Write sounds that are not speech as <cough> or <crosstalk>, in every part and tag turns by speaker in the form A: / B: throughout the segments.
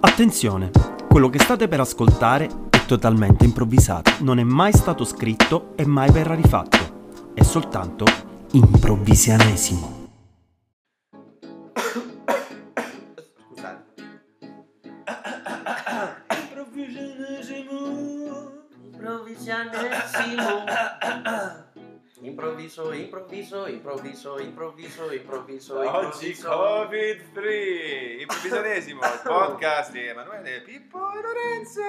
A: Attenzione, quello che state per ascoltare è totalmente improvvisato, non è mai stato scritto e mai verrà rifatto, è soltanto improvvisianesimo.
B: Scusate.
C: Improvvisionesimo, improvvisionesimo,
B: Improvviso, improvviso, improvviso, improvviso, improvviso,
C: Oggi
B: improvviso.
C: Covid free, improvvisionesimo, podcast di Emanuele Pippo e Lorenzo.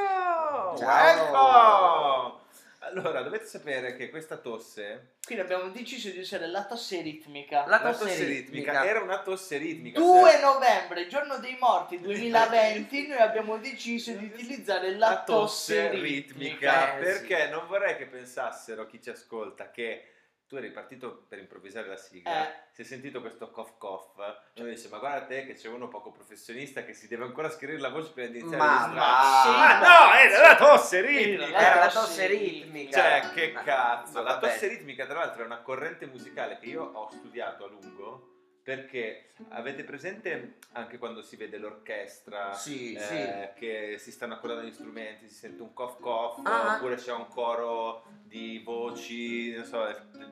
B: Ciao.
C: Welcome! Allora, dovete sapere che questa tosse,
D: Quindi abbiamo deciso di usare la tosse ritmica.
B: La
C: la
B: tosse
C: tosse ritmica,
B: ritmica. Eh,
C: era una tosse ritmica. cioè
D: 2 novembre, giorno dei morti
C: <laughs>
D: 2020, noi abbiamo deciso di utilizzare la,
C: la tosse ritmica,
B: eh,
C: perché non vorrei che pensassero chi ci ascolta che tu eri partito per improvvisare la sigla,
D: Eh.
C: si è sentito questo cough cough, e uno dice ma guarda te che c'è uno poco professionista che si deve ancora scrivere la voce prima di iniziare a
B: Ma
C: registrare.
B: va.
C: Ma no, era la tosse ritmica!
B: Era la tosse ritmica.
C: Cioè, che cazzo!
B: Ma
C: La
B: vabbè.
C: tosse ritmica, tra l'altro, è una corrente musicale che io ho studiato a lungo perché avete presente anche quando si vede l'orchestra
B: Sì,
C: eh, che si stanno accordando gli strumenti, si sente un cough cough,
B: Ah.
C: oppure c'è un coro di voci, non so,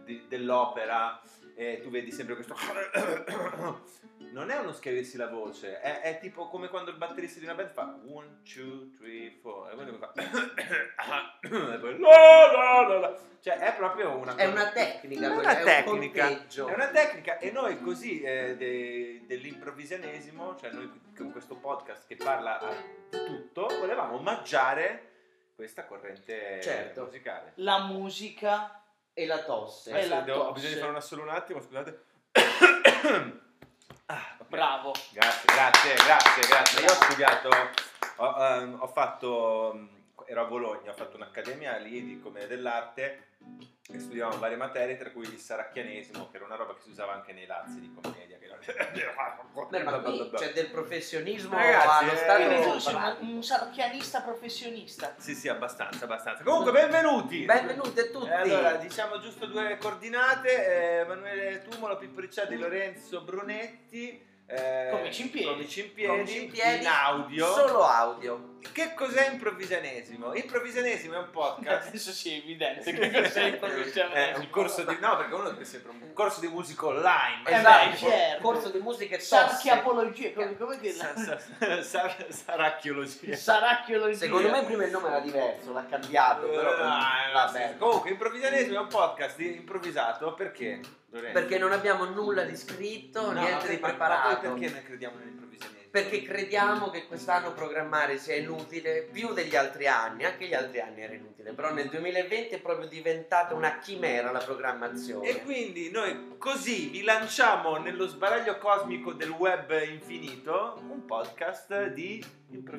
C: di- dell'opera, e tu vedi sempre questo... Non è uno schiarirsi la voce, è, è tipo come quando il batterista di una band fa 1, 2, 3, 4 e poi lui fa <coughs> e poi la, la, la, la. Cioè è proprio una
B: sì. È una tecnica,
C: È una
B: quella, è
C: tecnica.
B: un conteggio.
C: è una tecnica e noi così eh, de- dell'improvvisionesimo, cioè noi con questo podcast che parla a tutto, volevamo omaggiare questa corrente
B: Certo.
C: musicale.
D: La musica.
B: E la tosse.
D: Eh,
C: Adesso
D: la
C: devo- ho
D: tosse.
C: bisogno di fare una solo un attimo, scusate. <coughs> Ah, ok.
D: Bravo.
C: Grazie, grazie, grazie, grazie. Io ho studiato, ho, ehm, ho fatto, mm, ero a Bologna, ho fatto un'accademia lì di commedia dell'arte e studiavamo varie materie, tra cui il saracchianesimo, che era una roba che si usava anche nei lazzi di commedia. Che
B: Beh, ma
C: <laughs> era...
B: qui c'è del professionismo
C: Ragazzi,
B: allo
C: eh,
B: stato
D: Quindi
C: Allora,
D: tu sei un,
B: bravo.
D: un sarchianista professionista.
C: Sì, sì, abbastanza, abbastanza. Comunque, benvenuti!
B: Benvenute tutti.
C: Eh, allora, diciamo giusto due coordinate, eh, Emanuele Tumolo, Pippo Ricciardi, Lorenzo Brunetti. eh,
D: Comici in piedi.
C: Comici in piedi,
B: Comici in piedi,
C: in audio.
B: Solo audio.
C: Che cos'è improvvisionesimo? Improvvisionesimo è un
D: <laughs>
C: podcast.
D: Adesso sì, è evidente che cos'è il professionismo.
C: È un corso di. No, perché uno deve sempre un corso di musica online. ma
D: Eh,
B: Esatto,
C: sai,
D: beh,
C: tipo-
D: certo.
B: Corso di musica e tosse. Cioè,
D: Sarchiapologia, come, come
C: sa-
D: dirla? <laughs>
C: sa- sa- Saracchiologia.
D: Saracchiologia.
B: Secondo me prima il nome era diverso, l'ha cambiato, Esatto, però
C: Ah,
B: vabbè.
C: Comunque, improvvisionesimo è un podcast di- improvvisato perché? Lorenzo?
B: Perché non abbiamo nulla di scritto,
C: No,
B: niente
C: ma-
B: di
C: ma- ma
B: preparato.
C: poi Perché noi crediamo nell'improvvisionesimo?
B: Perché crediamo che quest'anno programmare sia inutile più degli altri anni, anche gli altri anni era inutile, però nel 2020 è proprio diventata una chimera la programmazione.
C: E quindi noi così vi lanciamo nello sbaraglio cosmico del web infinito un podcast di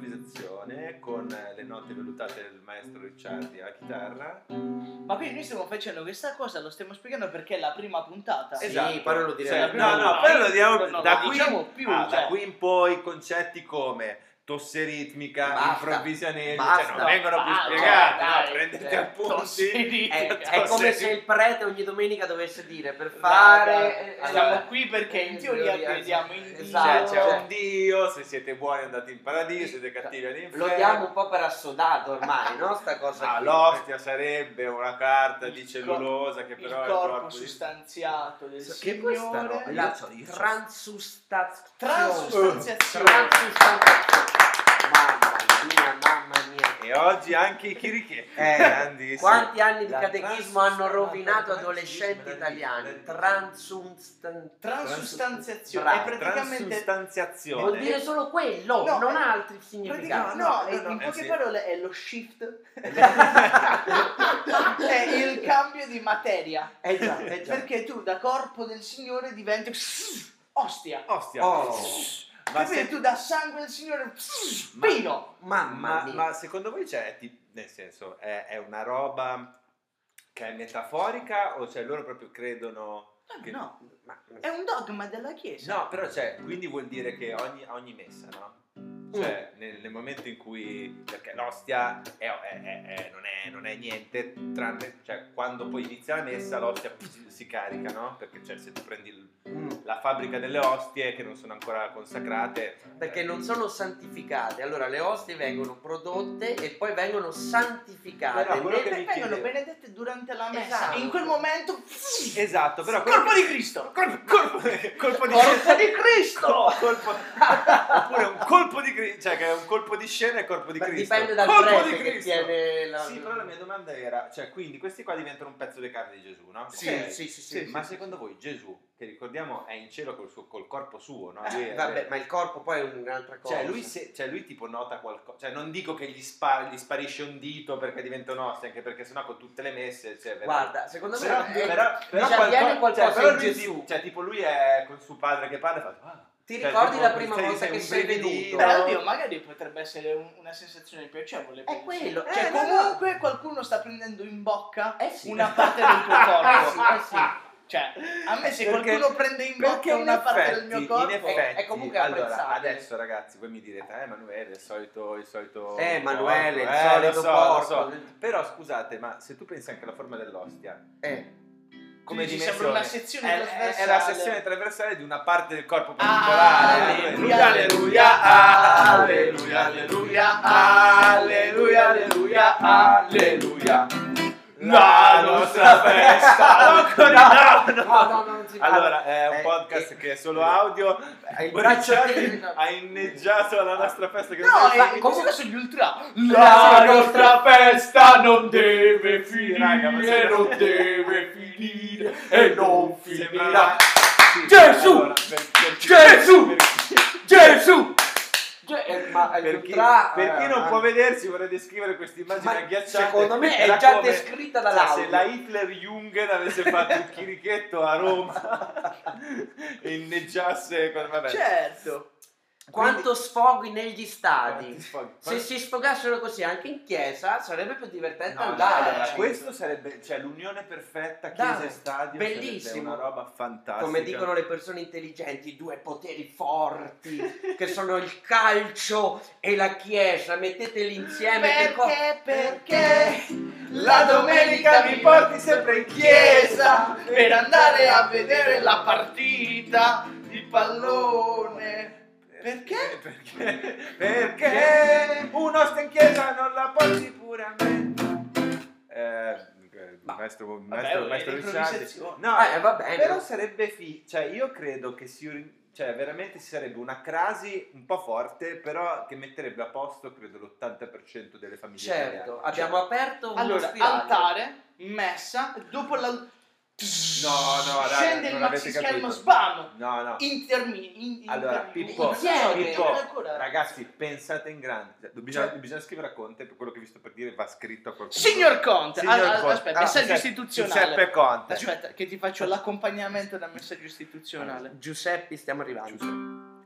C: improvvisazione con le note valutate del maestro Ricciardi alla chitarra.
D: Ma quindi noi stiamo facendo questa cosa, lo stiamo spiegando perché è la prima puntata.
B: Sì, poi non lo diremo.
C: Cioè,
D: Sì,
C: no, no,
D: no,
C: poi lo diremo
D: no, no,
C: da,
D: lo
C: qui,
D: diciamo più,
C: ah, da
D: cioè.
C: qui in poi concetti come tosse ritmica,
B: Basta,
C: improvvisionesimo,
B: basta.
C: cioè non vengono più
D: Ah,
C: spiegati,
D: no, dai,
C: no, prendete
B: cioè,
C: appunti. Cioè,
B: è,
D: Tossiritica.
B: è come se il prete ogni domenica dovesse dire per fare...
D: Raga,
B: eh,
D: siamo
B: allora,
D: qui perché in teoria crediamo in Dio.
B: esatto,
C: Cioè,
D: Esatto,
C: c'è
B: cioè,
C: un Dio, se siete buoni andate in paradiso, siete cattivi all'inferno.
B: lo diamo un po' per assodato ormai, no? Sta cosa
C: Ah,
B: qui.
C: l'ostia sarebbe una carta di
D: Il
C: cellulosa che
D: il
C: però è
D: corpo
C: di-
D: sostanziato del
B: Che questa roba?
D: Signore.
B: La
C: Io so, io so.
B: transustazione.
D: Transustanziazione.
B: Transustanziazione. Mamma mia, mamma mia.
C: E oggi anche i chirichetti. <laughs>
B: Eh,
C: grandissimi.
B: Quanti anni di
C: La
B: catechismo
C: transus-
B: hanno rovinato
C: la- la-
B: adolescenti
C: la-
B: italiani?
C: la-
B: Transustanziazione.
D: Transustanziazione.
B: Bravo,
D: È praticamente...
C: Transustanziazione.
B: Vuol dire solo quello,
D: No,
B: non
D: eh,
B: ha altri
D: praticamente-
B: significati. <laughs>
D: No,
C: No, no, no,
D: in
C: eh,
D: poche
C: sì.
D: parole è lo shift. <laughs> è il cambio di materia.
B: Eh già, eh già.
D: Perché tu da corpo del Signore diventi ostia.
C: Ostia.
B: Oh.
C: Ma,
D: Capito?
C: se-
D: Tu da sangue del Signore
C: Ma-
D: pino.
B: Mamma
C: ma-
B: mia.
C: ma secondo voi c'è, ti- nel senso, è, è una roba che è metaforica o cioè loro proprio credono...
B: Eh,
C: che-
D: No,
B: Ma-
D: è un dogma della Chiesa.
C: No, però cioè, quindi vuol dire che ogni, a ogni messa, no? Cioè,
B: Mm.
C: nel, nel momento in cui. Perché l'ostia è- è- è- è- non, è, non è niente, tranne. Cioè, quando poi inizia la messa, l'ostia si, si carica, no? Perché cioè, se tu prendi il-
B: Mm.
C: la fabbrica delle ostie che non sono ancora consacrate. eh,
B: Perché non sono santificate. Allora, le ostie vengono prodotte e poi vengono santificate.
C: Però quello
B: Nel-
C: che mi
D: vengono
C: chiedevo-
D: benedette durante la messa.
B: Esatto.
D: In quel momento.
C: Esatto, però.
D: Colpo
C: quello
D: di
C: che-
D: Cristo!
C: Colpo, colpo, colpo di
D: Colpo di Cristo!
C: <laughs> No, colpo, oppure un colpo di Cristo, cioè che è un colpo di scena e <laughs> corpo di
B: Ma
C: Cristo.
B: Dipende dal
C: colpo
B: prete che tiene la...
C: Sì, però la mia domanda era, cioè, quindi questi qua diventano un pezzo di carne di Gesù, no?
B: Sì,
C: Ok.
B: sì, sì, sì,
C: Cioè, Sì,
B: sì,
C: ma
B: sì.
C: secondo voi Gesù, che ricordiamo è in cielo col, suo- col corpo suo, no? Lui
B: Eh,
C: è-
B: vabbè, ma il corpo poi è un'altra cosa.
C: Cioè lui, se- cioè, lui tipo nota qualcosa, cioè non dico che gli, spa- gli sparisce un dito perché diventa un osso, anche perché sennò con tutte le messe, cioè, veramente-
B: Guarda, secondo me...
C: però,
B: eh,
C: però, però
B: dice, avviene qualcosa
C: cioè, però
B: in
C: lui
B: Gesù.
C: ti- cioè, tipo lui è con suo padre che parla e fa... "Ah,
B: Ti
C: cioè,
B: ricordi
C: tipo,
B: la prima
C: sei-
B: volta
C: sei
B: che
C: un
B: sei Eh, venuto?
C: brividino.
D: Beh, oddio, magari potrebbe essere un- una sensazione piacevole.
B: È quello,
D: Cioè,
B: eh, no,
D: comunque qualcuno sta prendendo in bocca
B: Eh sì.
D: una parte del tuo
B: Eh
D: corpo.
B: sì, eh sì.
D: Cioè, a me se
C: Perché-
D: qualcuno prende in
C: Perché
D: bocca
C: in
D: una parte del
C: effetti-
D: mio corpo,
C: in effetti,
B: è comunque
C: allora,
B: apprezzabile.
C: adesso ragazzi voi mi direte eh Emanuele il solito il solito
B: Eh, Emanuele, il
C: porco,
B: solito
C: lo so,
B: porco.
C: lo so. però scusate ma se tu pensi anche alla forma dell'ostia
B: Eh,
C: come
D: ci
C: dimensione
D: sembra una sezione
C: è, è-
D: trasversale.
C: è la sezione trasversale di una parte del corpo
D: Ah,
C: particolare
D: alleluia,
B: alleluia,
D: alleluia, alleluia, alleluia, alleluia,
C: alleluia
D: La nostra
B: festa, lo no,
C: no,
B: no, no, non si parla.
C: allora, è un
B: Eh,
C: podcast
B: eh,
C: che è solo audio.
B: il braccio
C: Boricciardi
B: tecnico.
C: eh, ha inneggiato alla nostra festa. Che
D: No, eh,
C: non
D: e
B: Ma
D: come
B: come-
D: sono gli ultra?
B: La nostra
D: festa non deve
C: finire, Raga, ma se- non
D: deve finire
C: Sembrava- Sì,
D: Gesù!
C: per- per-
D: Gesù!
C: per-
D: Gesù!
B: eh, ma il
C: Per chi,
B: ultra-
C: per chi
B: eh,
C: non
B: eh,
C: può vedersi vorrei descrivere questa immagine
B: Ma
C: agghiacciante
B: secondo me è
C: Era
B: già descritta dall'audio.
C: cioè, se la Hitler Jungen avesse fatto il chirichetto a Roma e inneggiasse con- vabbè.
D: Certo.
B: Quanto sfoghi negli
C: Quanti
B: stadi.
C: sfoghi-
B: Se si sfogassero così anche in chiesa sarebbe più divertente
C: No,
B: andare.
C: allora,
D: cioè,
C: questo sarebbe cioè, l'unione perfetta chiesa
B: Dai,
C: e stadio sarebbe
B: bellissimo.
C: una roba fantastica
B: Come dicono le persone intelligenti, due poteri
C: <laughs>
B: forti che sono il calcio e la chiesa, metteteli insieme. che co-
D: Perché, perché
C: la domenica mi porti sempre in chiesa
D: per andare a vedere la partita di pallone?
C: <laughs>
D: Perché?
C: Perché? Perché un'osta in chiesa non la porti pure a me. Eh,
B: Ma-
C: maestro,
D: è
C: maestro, maestro Ricciardi.
D: l'improvvisazione.
C: No,
B: Eh, va bene.
C: però sarebbe fi- cioè io credo che si ri- cioè veramente ci sarebbe una crasi un po' forte, però che metterebbe a posto credo l'80% delle famiglie
B: certo,
C: italiane. Cioè,
B: abbiamo aperto uno
D: Allora,
B: spiraglio.
D: altare, messa, dopo la...
C: No, no, raga,
D: Scende il
C: non avete
D: maxischermo,
C: capito.
D: spam!
C: No, no.
D: Intermini, in,
C: Allora,
D: intermini.
C: Pippo,
D: Insieme,
C: Pippo,
D: eh, ancora.
C: Ragazzi, pensate in grande. Cioè, Bisogna,
B: Cioè-
C: bisogna scrivere a Conte, per quello che vi sto per dire va scritto a qualcuno.
D: Signor Conte,
C: Signor
D: ah, ah,
C: Conte.
D: aspetta,
C: Ah,
D: messaggio
C: Giuseppe-
D: istituzionale.
C: Giuseppe Conte.
D: Aspetta, che ti faccio l'accompagnamento da messaggio istituzionale.
B: Giuseppe, stiamo arrivando.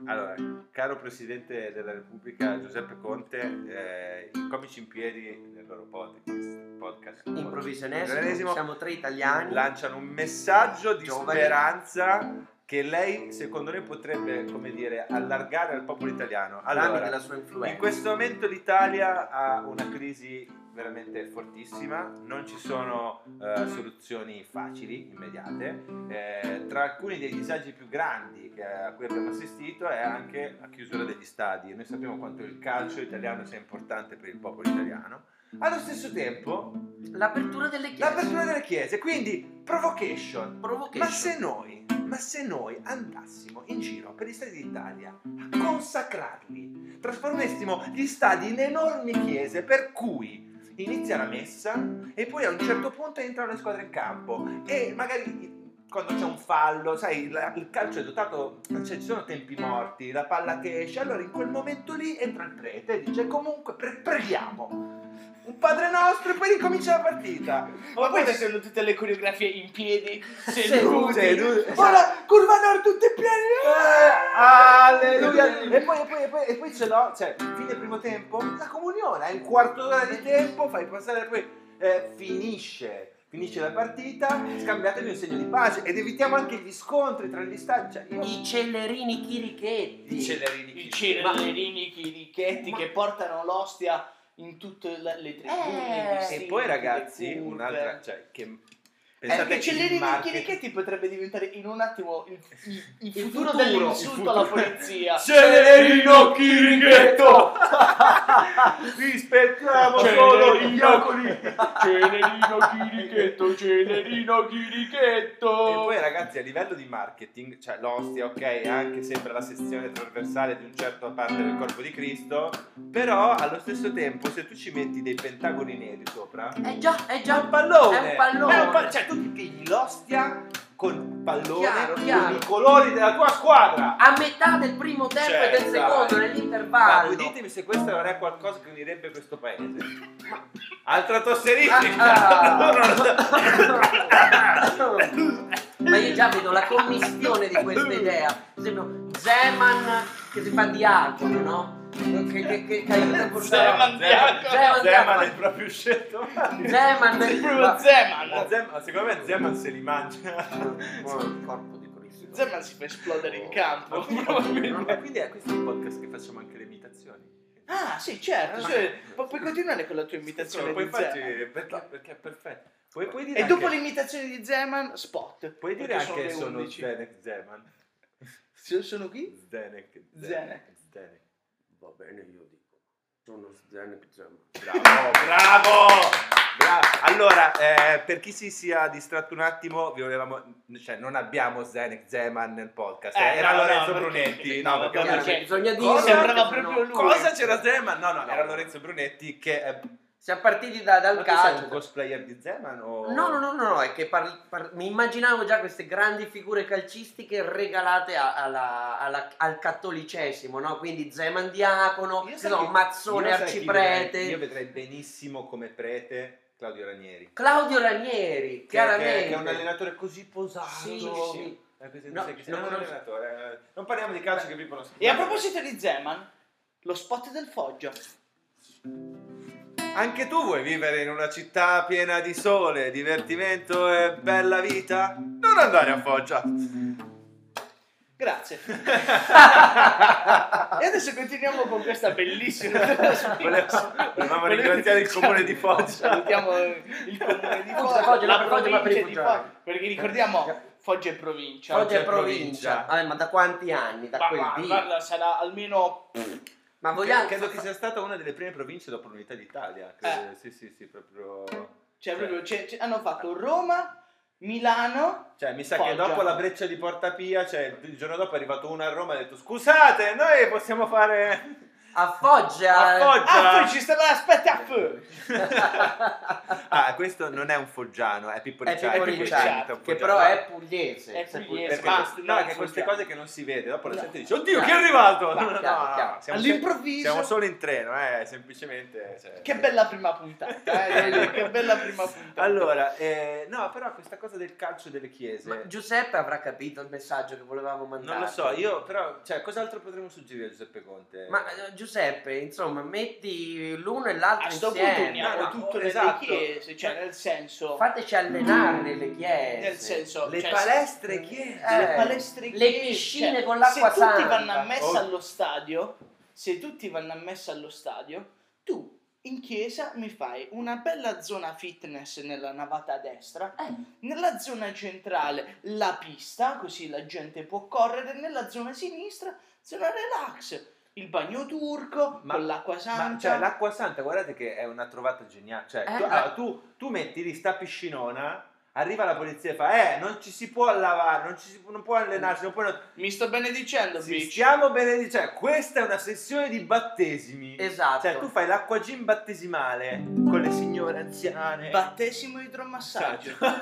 C: Allora, caro Presidente della Repubblica Giuseppe Conte, eh, i comici in piedi nel loro podcast, podcast
B: Improvvisionesimo,
C: Improvvisionesimo,
B: siamo tre italiani.
C: lanciano un messaggio di
B: Giovani.
C: speranza che lei, secondo noi, potrebbe, come dire, allargare al popolo italiano.
B: tramite
C: Allora,
B: la sua influenza.
C: In questo momento l'Italia ha una crisi veramente fortissima, non ci sono eh, soluzioni facili, immediate. Eh, tra alcuni dei disagi più grandi che- a cui abbiamo assistito è anche la chiusura degli stadi. Noi sappiamo quanto il calcio italiano sia importante per il popolo italiano. Allo stesso tempo,
B: L'apertura delle chiese.
C: l'apertura delle chiese, quindi provocation.
B: Provocation.
C: Ma se noi, ma se noi andassimo in giro per gli stadi d'Italia a consacrarli, trasformessimo gli stadi in enormi chiese per cui inizia la messa e poi a un certo punto entrano le squadre in campo e magari quando c'è un fallo, sai, la- il calcio è dotato, cioè ci sono tempi morti, la palla che esce, allora in quel momento lì entra il prete e dice comunque pre- preghiamo. Un padre nostro e poi ricomincia la partita.
D: Ma poi
C: poi-
D: ci sono tutte le coreografie in piedi,
C: Seduti,
D: seduti.
C: seduti.
D: Ora, curva nord tutte
C: Eh,
D: piene.
C: Alleluia! E poi, e poi, e poi, e poi ce l'ho, cioè, fine primo tempo, la comunione, hai un quarto d'ora di tempo, fai passare, poi eh, finisce. Finisce la partita, scambiatevi un segno di pace ed evitiamo anche gli scontri tra gli stati. Cioè, io...
B: I cellerini chirichetti.
C: I celerini.
D: I
C: certo.
D: cirellerini, i ricchetti che portano l'ostia in tutte le, le tribù.
B: Eh,
D: nei
C: E
D: distretti,
C: poi
D: le
C: ragazzi,
D: curve.
C: un'altra... Cioè, che...
D: Eh, perché
C: che il
D: Cellerini
C: market-
D: Chirichetti potrebbe diventare in un attimo il, il- il
B: Il
D: futuro,
B: futuro,
D: dell'insulto
C: il futuro.
D: alla
C: <laughs>
D: polizia.
C: Celerino Chirighetto! Rispettiamo
D: Cioè,
C: solo gli ocoli!
D: Celerino Chirichetto, Celerino
C: E
D: Chirichetto.
C: poi ragazzi a livello di marketing, cioè l'ostia ok è anche sempre la sezione trasversale di un certo parte del corpo di Cristo, però allo stesso tempo se tu ci metti dei pentagoni neri sopra,
B: Eh già, è
C: è
B: già
C: un pallone!
B: È un pallone.
C: È un pa- cioè tu ti pigli l'ostia con pallone,
B: Chiaro,
C: con
B: chiaro.
C: i colori della tua squadra!
B: a metà del primo tempo
C: Cioè,
B: e del secondo,
C: dai. Ma
B: nell'intervallo.
C: voi ditemi se questo non è qualcosa che unirebbe questo
D: <laughs>
C: paese. Altra tosserifica!
D: Ah,
B: Ah, ah. Ma io già vedo la commissione di questa idea. Per esempio, Zeman che si fa diacono, no? Che, che, che, che aiuta a portare.
D: Zeman.
B: Zeman,
C: Zeman è
B: Zeman.
C: proprio scelto male.
B: Zeman.
D: Sei
B: Ma-
D: proprio Zeman.
C: Zeman- secondo me Zeman se li mangia.
B: Buon corpo di Cristo.
D: Zeman si fa esplodere in
C: <laughs>
D: campo,
C: Ma
D: probabilmente.
C: quindi è questo un podcast che facciamo anche le imitazioni.
D: Ah, sì, certo.
C: Ma-
D: cioè, pu- puoi continuare con la tua
C: Cioè,
D: imitazione
C: poi
D: di
C: facci
D: Zeman.
C: eh, perché, perché è perfetto. Puoi, puoi dire
D: E dopo
C: anche,
D: l'imitazione di Zeman, spot.
C: puoi dire
D: Perché
C: anche
D: le
C: sono
D: 11.
C: Zdenek Zeman.
D: Se Sono qui?
C: Zdenek
D: Zenek.
C: Zdenek.
B: Va bene, io dico. Sono Zeman. Zeman.
C: Bravo, bravo! Bravo. Allora, eh, per chi si sia distratto un attimo, vi volevamo, cioè, non abbiamo Zenek Zeman nel podcast.
D: Eh,
C: era
D: no,
C: Lorenzo
D: no, perché-
C: Brunetti. perché-
D: no, vabbè,
B: Chiaramente,
D: perché-
B: bisogna dire
C: Cosa?
D: Sembrava
B: che
D: proprio lui.
C: Cosa c'era Zeman? No, no, era Lorenzo Brunetti che è
B: Siamo partiti da- dal
C: Ma tu sei un
B: calcio.
C: cosplayer di Zeman o
B: No, no, no, no, no, è che parli- par- mi immaginavo già queste grandi figure calcistiche regalate a- alla- alla- al cattolicesimo, no? Quindi Zeman Diacono,
D: Io
B: che
D: sai
B: so,
D: che-
B: Mazzone
C: Io sai chi
B: Arciprete,
C: vedrei- Io vedrei benissimo come prete Claudio Ranieri. Che-
B: Claudio Ranieri,
C: che è-
B: chiaramente.
C: Che è un allenatore così posato.
B: Sì, sì.
C: Eh, così,
B: No,
C: sai chi sia?
B: non
C: Non,
B: conosco-
C: allenatore, eh, non parliamo di calcio che vi conosco.
D: E a proposito di Zeman, lo spot del Foggia.
C: Anche tu vuoi vivere in una città piena di sole, divertimento e bella vita? Non andare
B: <laughs>
C: a Foggia.
D: Grazie. E adesso continuiamo con
C: <laughs>
D: questa bellissima
C: Volevamo- volevamo ringraziare il comune di Foggia.
D: Salutiamo il comune di
B: Foggia,
D: Foggia,
B: Foggia,
D: la
B: ma per Foggia, ma per i
D: provincia
B: foggiani.
D: di Foggia, perché ricordiamo Foggia è provincia.
B: Oggi è
C: Foggia e
B: provincia.
C: provincia.
B: Vabbè, ma da quanti anni? Da
D: Ma
B: quel
D: guarda,
B: dì?
D: guarda, sarà almeno
B: Ma vogliamo... Eh.
C: Credo, credo che sia stata una delle prime province dopo l'unità d'Italia. credo. Sì, sì, sì, proprio.
D: cioè, proprio, c'è- c'è- hanno fatto Roma, Milano.
C: Cioè, mi sa che
D: Foggia.
C: dopo la breccia di Porta Pia, cioè, il giorno dopo è arrivato uno a Roma e ha detto: Scusate, noi possiamo fare.
B: A Foggia... eh.
C: A Foggia.
D: Ah, poi ci stava aspetta, a fu.
C: ah, questo non è un foggiano, è Pippo
B: <laughs> È
C: Ricciardi.
B: Pippo
C: quindi
B: Ricciardi,
C: diventa un
B: che
C: foggiano.
B: però è pugliese.
D: È
B: se-
D: pugliese.
C: Perché
D: Ma-
C: queste-
D: no,
C: no,
D: è
C: che queste
D: foggiano.
C: cose che non si vede, dopo la
D: No.
C: gente dice: Oddio,
B: No.
C: chi è arrivato?
B: Chiaro, chiaro, chiaro.
C: Siamo,
D: All'improvviso.
C: siamo solo in treno, eh, semplicemente. cioè-
D: Che bella prima puntata, eh, devo dire, che bella prima puntata.
C: Allora, eh, no, però questa cosa del calcio delle chiese.
B: Ma Giuseppe avrà capito il messaggio che volevamo mandare.
C: Non lo so, io però, cioè, cos'altro potremmo suggerire a Giuseppe Conte?
B: Ma eh, Giuseppe, insomma, metti l'uno e l'altro
D: a sto punto
B: insieme.
D: uniamo
C: no, no,
D: tutto
C: esatto.
D: nelle chiese, cioè nel senso
B: Fateci
C: Mm.
B: allenare nelle chiese.
D: nel senso
C: le
D: cioè,
C: palestre chiese.
D: se- le
B: eh,
D: palestre
B: le
D: chiese,
B: piscine
D: cioè,
B: con l'acqua
D: se tutti
B: santa.
D: vanno a messa
C: Oh.
D: allo stadio se tutti vanno a messa allo stadio tu in chiesa mi fai una bella zona fitness nella navata a destra
B: Eh.
D: nella zona centrale la pista così la gente può correre nella zona sinistra zona relax il bagno turco
C: Ma-
D: con l'acqua santa
C: Ma cioè, l'acqua santa, guardate che è una trovata geniale. Cioè,
B: Eh,
C: tu,
B: eh.
C: allora, tu, tu metti lì sta piscinona, arriva la polizia e fa: Eh, non ci si può lavare, non, ci si, non può allenarsi, non può.
D: mi sto benedicendo
C: Ci
D: bitch.
C: stiamo benedicendo. Cioè, questa è una sessione di battesimi.
B: Esatto.
C: Cioè, tu fai l'acqua gym battesimale con le signore anziane.
D: Battesimo idromassaggio.
C: Cioè,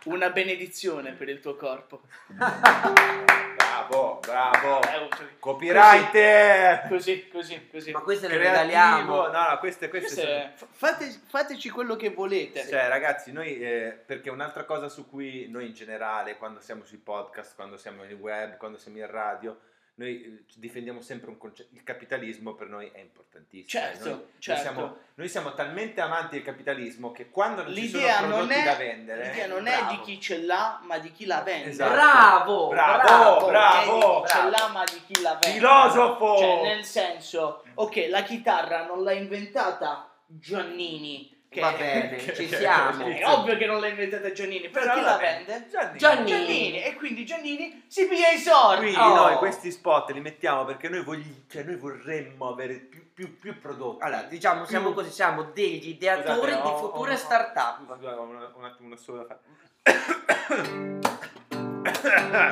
C: <laughs>
D: Una benedizione per il tuo corpo.
C: bravo, bravo.
D: Eh, oh, cioè,
C: Copywriter.
D: Così, così, così.
B: Ma queste le regaliamo.
C: Creativo. No, no, queste, queste
D: Queste-
C: sono.
D: f- fate- fateci quello che volete.
C: Cioè, ragazzi, noi eh, perché un'altra cosa su cui noi in generale, quando siamo sui podcast, quando siamo in web, quando siamo in radio, noi eh, difendiamo sempre un concetto, il capitalismo per noi è importantissimo. Cioè,
D: Certo,
C: Noi- noi,
D: certo.
C: siamo, noi siamo talmente amanti del capitalismo che quando non ci
D: L'idea
C: sono
D: non,
C: prodotti
D: è,
C: da vendere... eh.
D: l'idea non è
C: bravo.
D: di chi ce l'ha, ma di chi la vende.
C: Esatto.
B: Bravo,
C: Bravo,
B: bravo,
C: bravo,
B: ok?
D: Non è di chi ce l'ha, ma di chi la vende.
C: Filosofo! Mm.
D: Cioè, nel senso, ok, la chitarra non l'ha inventata Giannini. Che
B: Va bene,
C: che-
B: ci
C: che-
B: siamo.
C: che-
D: È ovvio che non l'ha inventata Giannini, però, chi la vende?
C: Gianni.
B: Gianni.
D: Giannini. E quindi Giannini si piglia i soldi.
C: Quindi
B: Oh.
C: noi questi spot li mettiamo perché noi, vogli- cioè, noi vorremmo avere più, più- più prodotti.
B: Allora, diciamo, siamo così, siamo degli ideatori
C: Scusate,
B: di
C: Esatto, ho-
B: future
C: ho-
B: startup.
C: Scusate, ho una- un attimo una sola da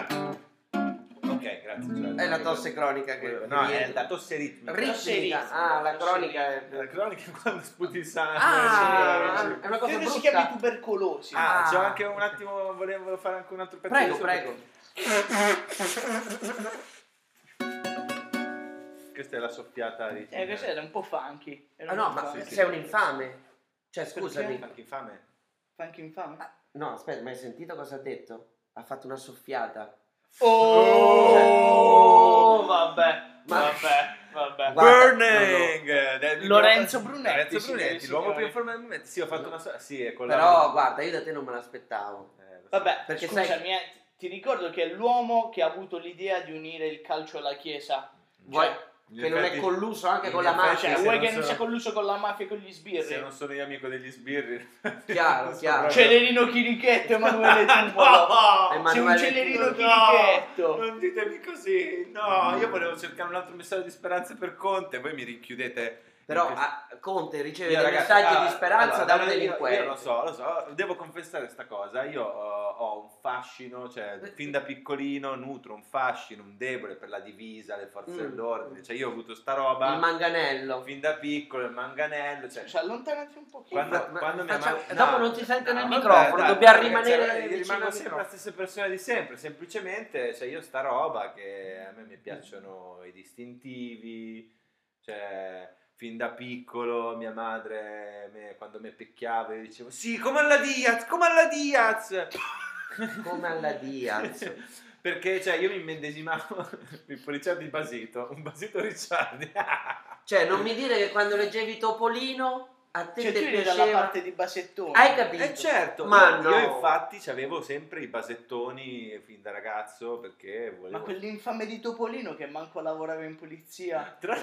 C: fare. ok, grazie. Gianni.
B: È la tosse cronica che
C: No,
B: viene
C: è la
B: da-
C: tosse ritmica.
B: Ritmica. Ah, la cronica è...
C: La cronica è quando sputi il sangue.
B: Ah,
C: sì.
B: è una cosa
D: Credo si
B: brutta.
D: chiami tubercolosi.
C: Ah,
B: Ah.
C: c'ho anche un attimo, volevo fare anche un altro pezzo.
B: Prego,
C: di
B: prego.
C: Questa è la soffiata di...
D: Eh, questo era un po' funky. Era
B: Ah, no,
D: un po'
B: ma
D: funky.
C: sì,
B: sei un infame. Cioè, scusami.
C: Anche infame.
D: Funky infame.
B: Ah, No, aspetta, ma hai sentito cosa ha detto? Ha fatto una soffiata.
D: Oh,
C: Cioè-
D: oh, vabbè,
B: Ma-
D: vabbè, vabbè.
B: Guarda,
C: Burning! Eh,
D: Lorenzo Brunetti,
C: Lorenzo
D: signore e
C: Brunetti, l'uomo
D: signori.
C: più in forma del momento. Sì, ho fatto una sola... Sì, è con
B: Però,
C: la...
B: guarda, io da te non me l'aspettavo.
C: Eh, lo so.
D: Vabbè,
B: Perché
D: scusami,
B: sai-
D: eh, ti ricordo che è l'uomo che ha avuto l'idea di unire il calcio alla chiesa.
B: Vuoi
D: Cioè,
C: In
B: che non è
C: effetti-
B: colluso anche
C: in
B: con la
C: effetti
B: mafia?
D: Cioè,
C: se
D: vuoi
C: non
D: che non
C: sono-
D: sia colluso con la mafia e con gli sbirri?
C: Se non sono io amico degli sbirri... <laughs>
B: Chiaro,
C: non so
B: chiaro.
C: proprio-
D: Celerino Chirichetto, Emanuele
B: <laughs>
C: <laughs>
D: Tupolo.
C: No!
B: Emanuele
D: Sei un celerino
B: Tupolo.
D: Chirichetto.
C: Non ditemi così, no, io volevo cercare un altro messaggio di speranza per Conte, voi mi rinchiudete.
B: Però
C: in-
B: ah, Conte riceve
C: Io,
B: dei
C: ragazzi,
B: messaggi
C: ah,
B: di speranza
C: allora,
B: da un
C: io-
B: delinquente.
C: Io lo so, lo so, devo confessare questa cosa, io eh, ho un fascino, cioè fin da piccolino nutro un fascino, un debole per la divisa, le forze
B: Mm.
C: dell'ordine, cioè io ho avuto sta
B: Il
C: roba
B: manganello.
C: fin da piccolo, il manganello, cioè...
D: Cioè, allontanati un pochino.
C: Quando,
B: ma-
C: quando mia
B: facciamo-
C: mamma-
B: dopo non ti sento nel
C: vabbè,
B: microfono,
C: dai,
B: dobbiamo
C: ragazzi,
B: rimanere
C: allora,
B: vicino al
C: Rimango sempre
B: microfono.
C: la stessa persona di sempre, semplicemente cioè, io sta roba che a me mi piacciono i distintivi, cioè fin da piccolo mia madre me- quando mi picchiava io dicevo sì come alla Diaz, come alla Diaz!
B: <laughs> Come alla Diaz.
C: Perché cioè, io mi immedesimavo <laughs> il policiato di Basito, un Basito Ricciardi. <laughs>
B: Cioè, non mi dire che quando leggevi Topolino a te
D: Cioè, tu
B: ti
D: eri
B: piaceva.
D: dalla parte di Basettone.
B: Hai capito?
C: Eh certo,
B: Ma
C: io,
B: no.
C: io infatti avevo sempre i basettoni fin da ragazzo perché volevo...
D: Ma quell'infame di Topolino che manco lavorava in
C: <laughs>
D: polizia.
C: Tra-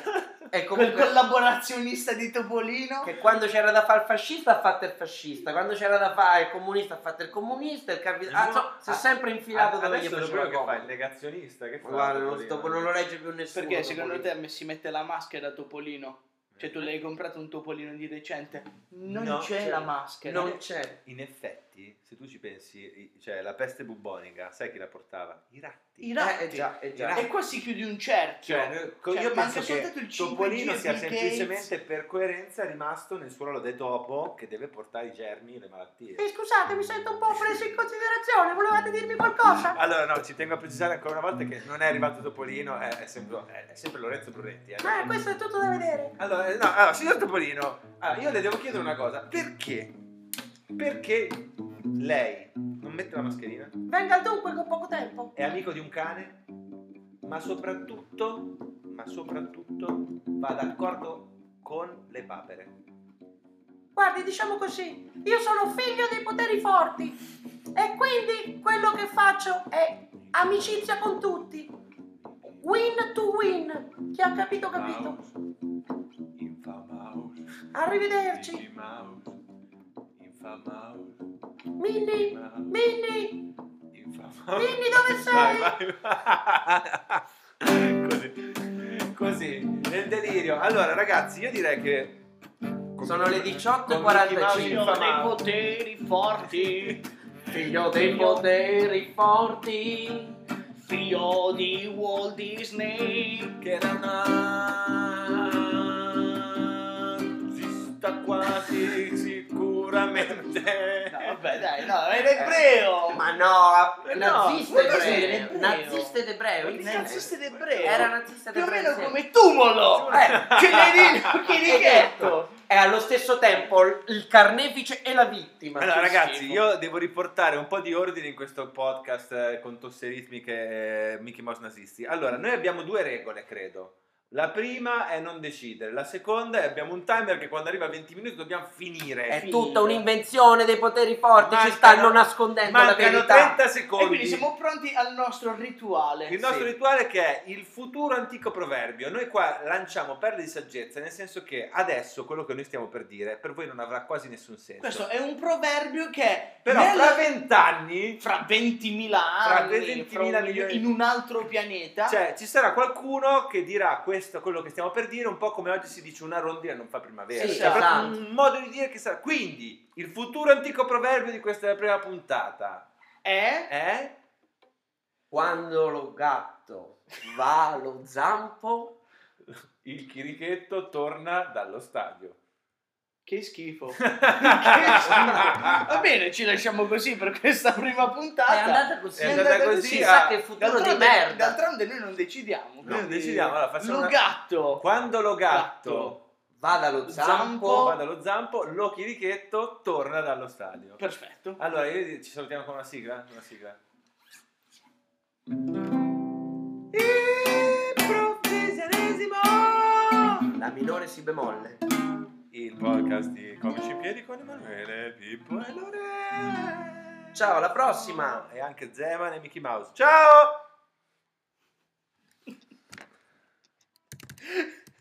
B: È
D: Quel
B: comunque
D: collaborazionista di Topolino.
B: che quando c'era da fare il fascista ha fatto il fascista, quando c'era da fare il comunista ha fatto il comunista, il capitalista.
C: No,
B: si è sempre infilato dove gli
C: ah, Adesso lo
B: faceva
C: quello che fa il
B: comodo.
C: negazionista, che fa?
B: Guarda, non,
C: Topolino?
B: sto- non lo legge più nessuno.
D: Perché secondo
B: Topolino. Eh.
D: te si mette la maschera a Topolino? Cioè tu l'hai comprato un Topolino di recente? Non
C: No,
D: c'è
C: c'è.
D: la maschera.
B: cioè, non c'è?
C: In effetti, se tu ci pensi, i- cioè la peste bubbonica, sai chi la portava? I ratti.
D: I
B: Eh,
D: ratti.
B: eh già, eh già.
D: E qua si chiude un
B: Certo.
D: cerchio.
C: Cioè, noi- co-
D: Cioè,
C: io
D: manca
C: penso
D: soltanto
C: che
D: il 5G
C: Topolino
D: e
C: sia
D: Bill Gates.
C: semplicemente per coerenza rimasto nel suo ruolo del topo che deve portare i germi e le malattie.
B: Eh, scusate, mi sento un po' preso in considerazione, volevate dirmi qualcosa?
C: <laughs> Allora, no, ci tengo a precisare ancora una volta che non è arrivato Topolino, è, è sempre, è- è sempre Lorenzo Brunetti. eh.
B: Eh, questo è tutto da vedere.
C: Allora, eh, no, allora, signor Topolino, allora, io le devo chiedere una cosa: perché? Perché lei non mette la mascherina?
B: Venga al dunque con poco tempo.
C: È amico di un cane? Ma soprattutto, ma soprattutto va d'accordo con le papere.
E: Guardi, diciamo così, io sono figlio dei poteri forti e quindi quello che faccio è amicizia con tutti. Win to win. Chi ha capito, capito.
C: Mouse, Infamaus,
E: Arrivederci.
C: Mouse, Infamaus,
E: Minni, Minni,
C: Infamaus.
E: Minni dove
C: <laughs> Vai,
E: sei?
C: vai, vai. <laughs> Così, così, nel delirio. Allora, ragazzi, io direi che.
B: Sono le 18.45.
C: Con Mickey Mouse
D: Figlio dei
C: infamato.
D: poteri forti,
B: <laughs> Figlio dei poteri forti.
D: figlio di Walt Disney.
C: Che era nazista quasi sicuramente.
D: No, vabbè, dai, no, è in ebreo.
B: Eh, Ma no,
D: Eh no,
B: nazista
D: ma cos'è
B: ebreo.
D: l'ebreo?
B: Nazista ed ebreo.
D: Il nazista ed ebreo.
B: Era nazista ed
D: più o
B: ebreo.
D: meno
B: sì.
D: come Tumolo.
B: <laughs> Eh,
D: Che <laughs> Lenino, che Richetto.
B: È allo stesso tempo l- il carnefice e la vittima.
C: Allora,
B: Che
C: ragazzi,
B: schifo.
C: io devo riportare un po' di ordine in questo podcast eh, con tosse ritmiche eh, Mickey Mouse nazisti. Allora, noi abbiamo due regole, credo. La prima è non decidere, la seconda è abbiamo un timer che quando arriva a 20 minuti dobbiamo finire.
B: È
D: Finito.
B: tutta un'invenzione dei poteri forti, ci
C: Mancano-
B: stanno nascondendo la
C: Mancano
B: verità.
C: 30
D: E quindi
C: secondi.
D: siamo pronti al nostro rituale.
C: Il nostro
B: Sì.
C: rituale che è il futuro antico proverbio. Noi qua lanciamo perle di saggezza, nel senso che adesso quello che noi stiamo per dire per voi non avrà quasi nessun senso.
D: Questo è un proverbio che
C: Però
D: nella-
C: fra vent'anni
D: fra 20.000 anni,
C: 20.000
D: fra un milio-
C: milioni-
D: in un altro pianeta,
C: Cioè, ci sarà qualcuno che dirà questo, quello che stiamo per dire, un po' come oggi si dice una rondina non fa primavera.
B: Sì,
C: Cioè, proprio
B: esatto.
C: un modo di dire che sarà. Quindi, il futuro antico proverbio di questa prima puntata
D: è
C: è.
B: Quando lo gatto va allo zampo,
C: Il chirichetto torna
B: <laughs>
C: dallo stadio.
D: che schifo. <laughs> Che schifo. Va bene, ci lasciamo così per questa prima
B: è
D: puntata.
B: andata così.
C: È andata
D: andata
C: così.
B: Si
D: così,
B: sa
C: ah.
B: che futuro di
D: D'altronde,
B: merda.
D: d'altronde noi non decidiamo.
C: Noi non decidiamo, allora facciamo
D: Lo
C: una-
D: gatto.
C: Quando lo gatto
B: Va dallo
D: Zampo.
B: zampo.
C: va dallo zampo, lo chirichetto torna dallo stadio.
D: Perfetto.
C: Allora, io- ci salutiamo con una sigla? Una sigla.
B: La minore si bemolle.
C: Il podcast di Comici in Piedi con Emanuele, Pippo e Lore.
B: Ciao, alla prossima!
C: E anche Zeman e Mickey Mouse. Ciao!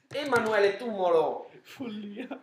B: Emanuele Tumolo!
D: Follia.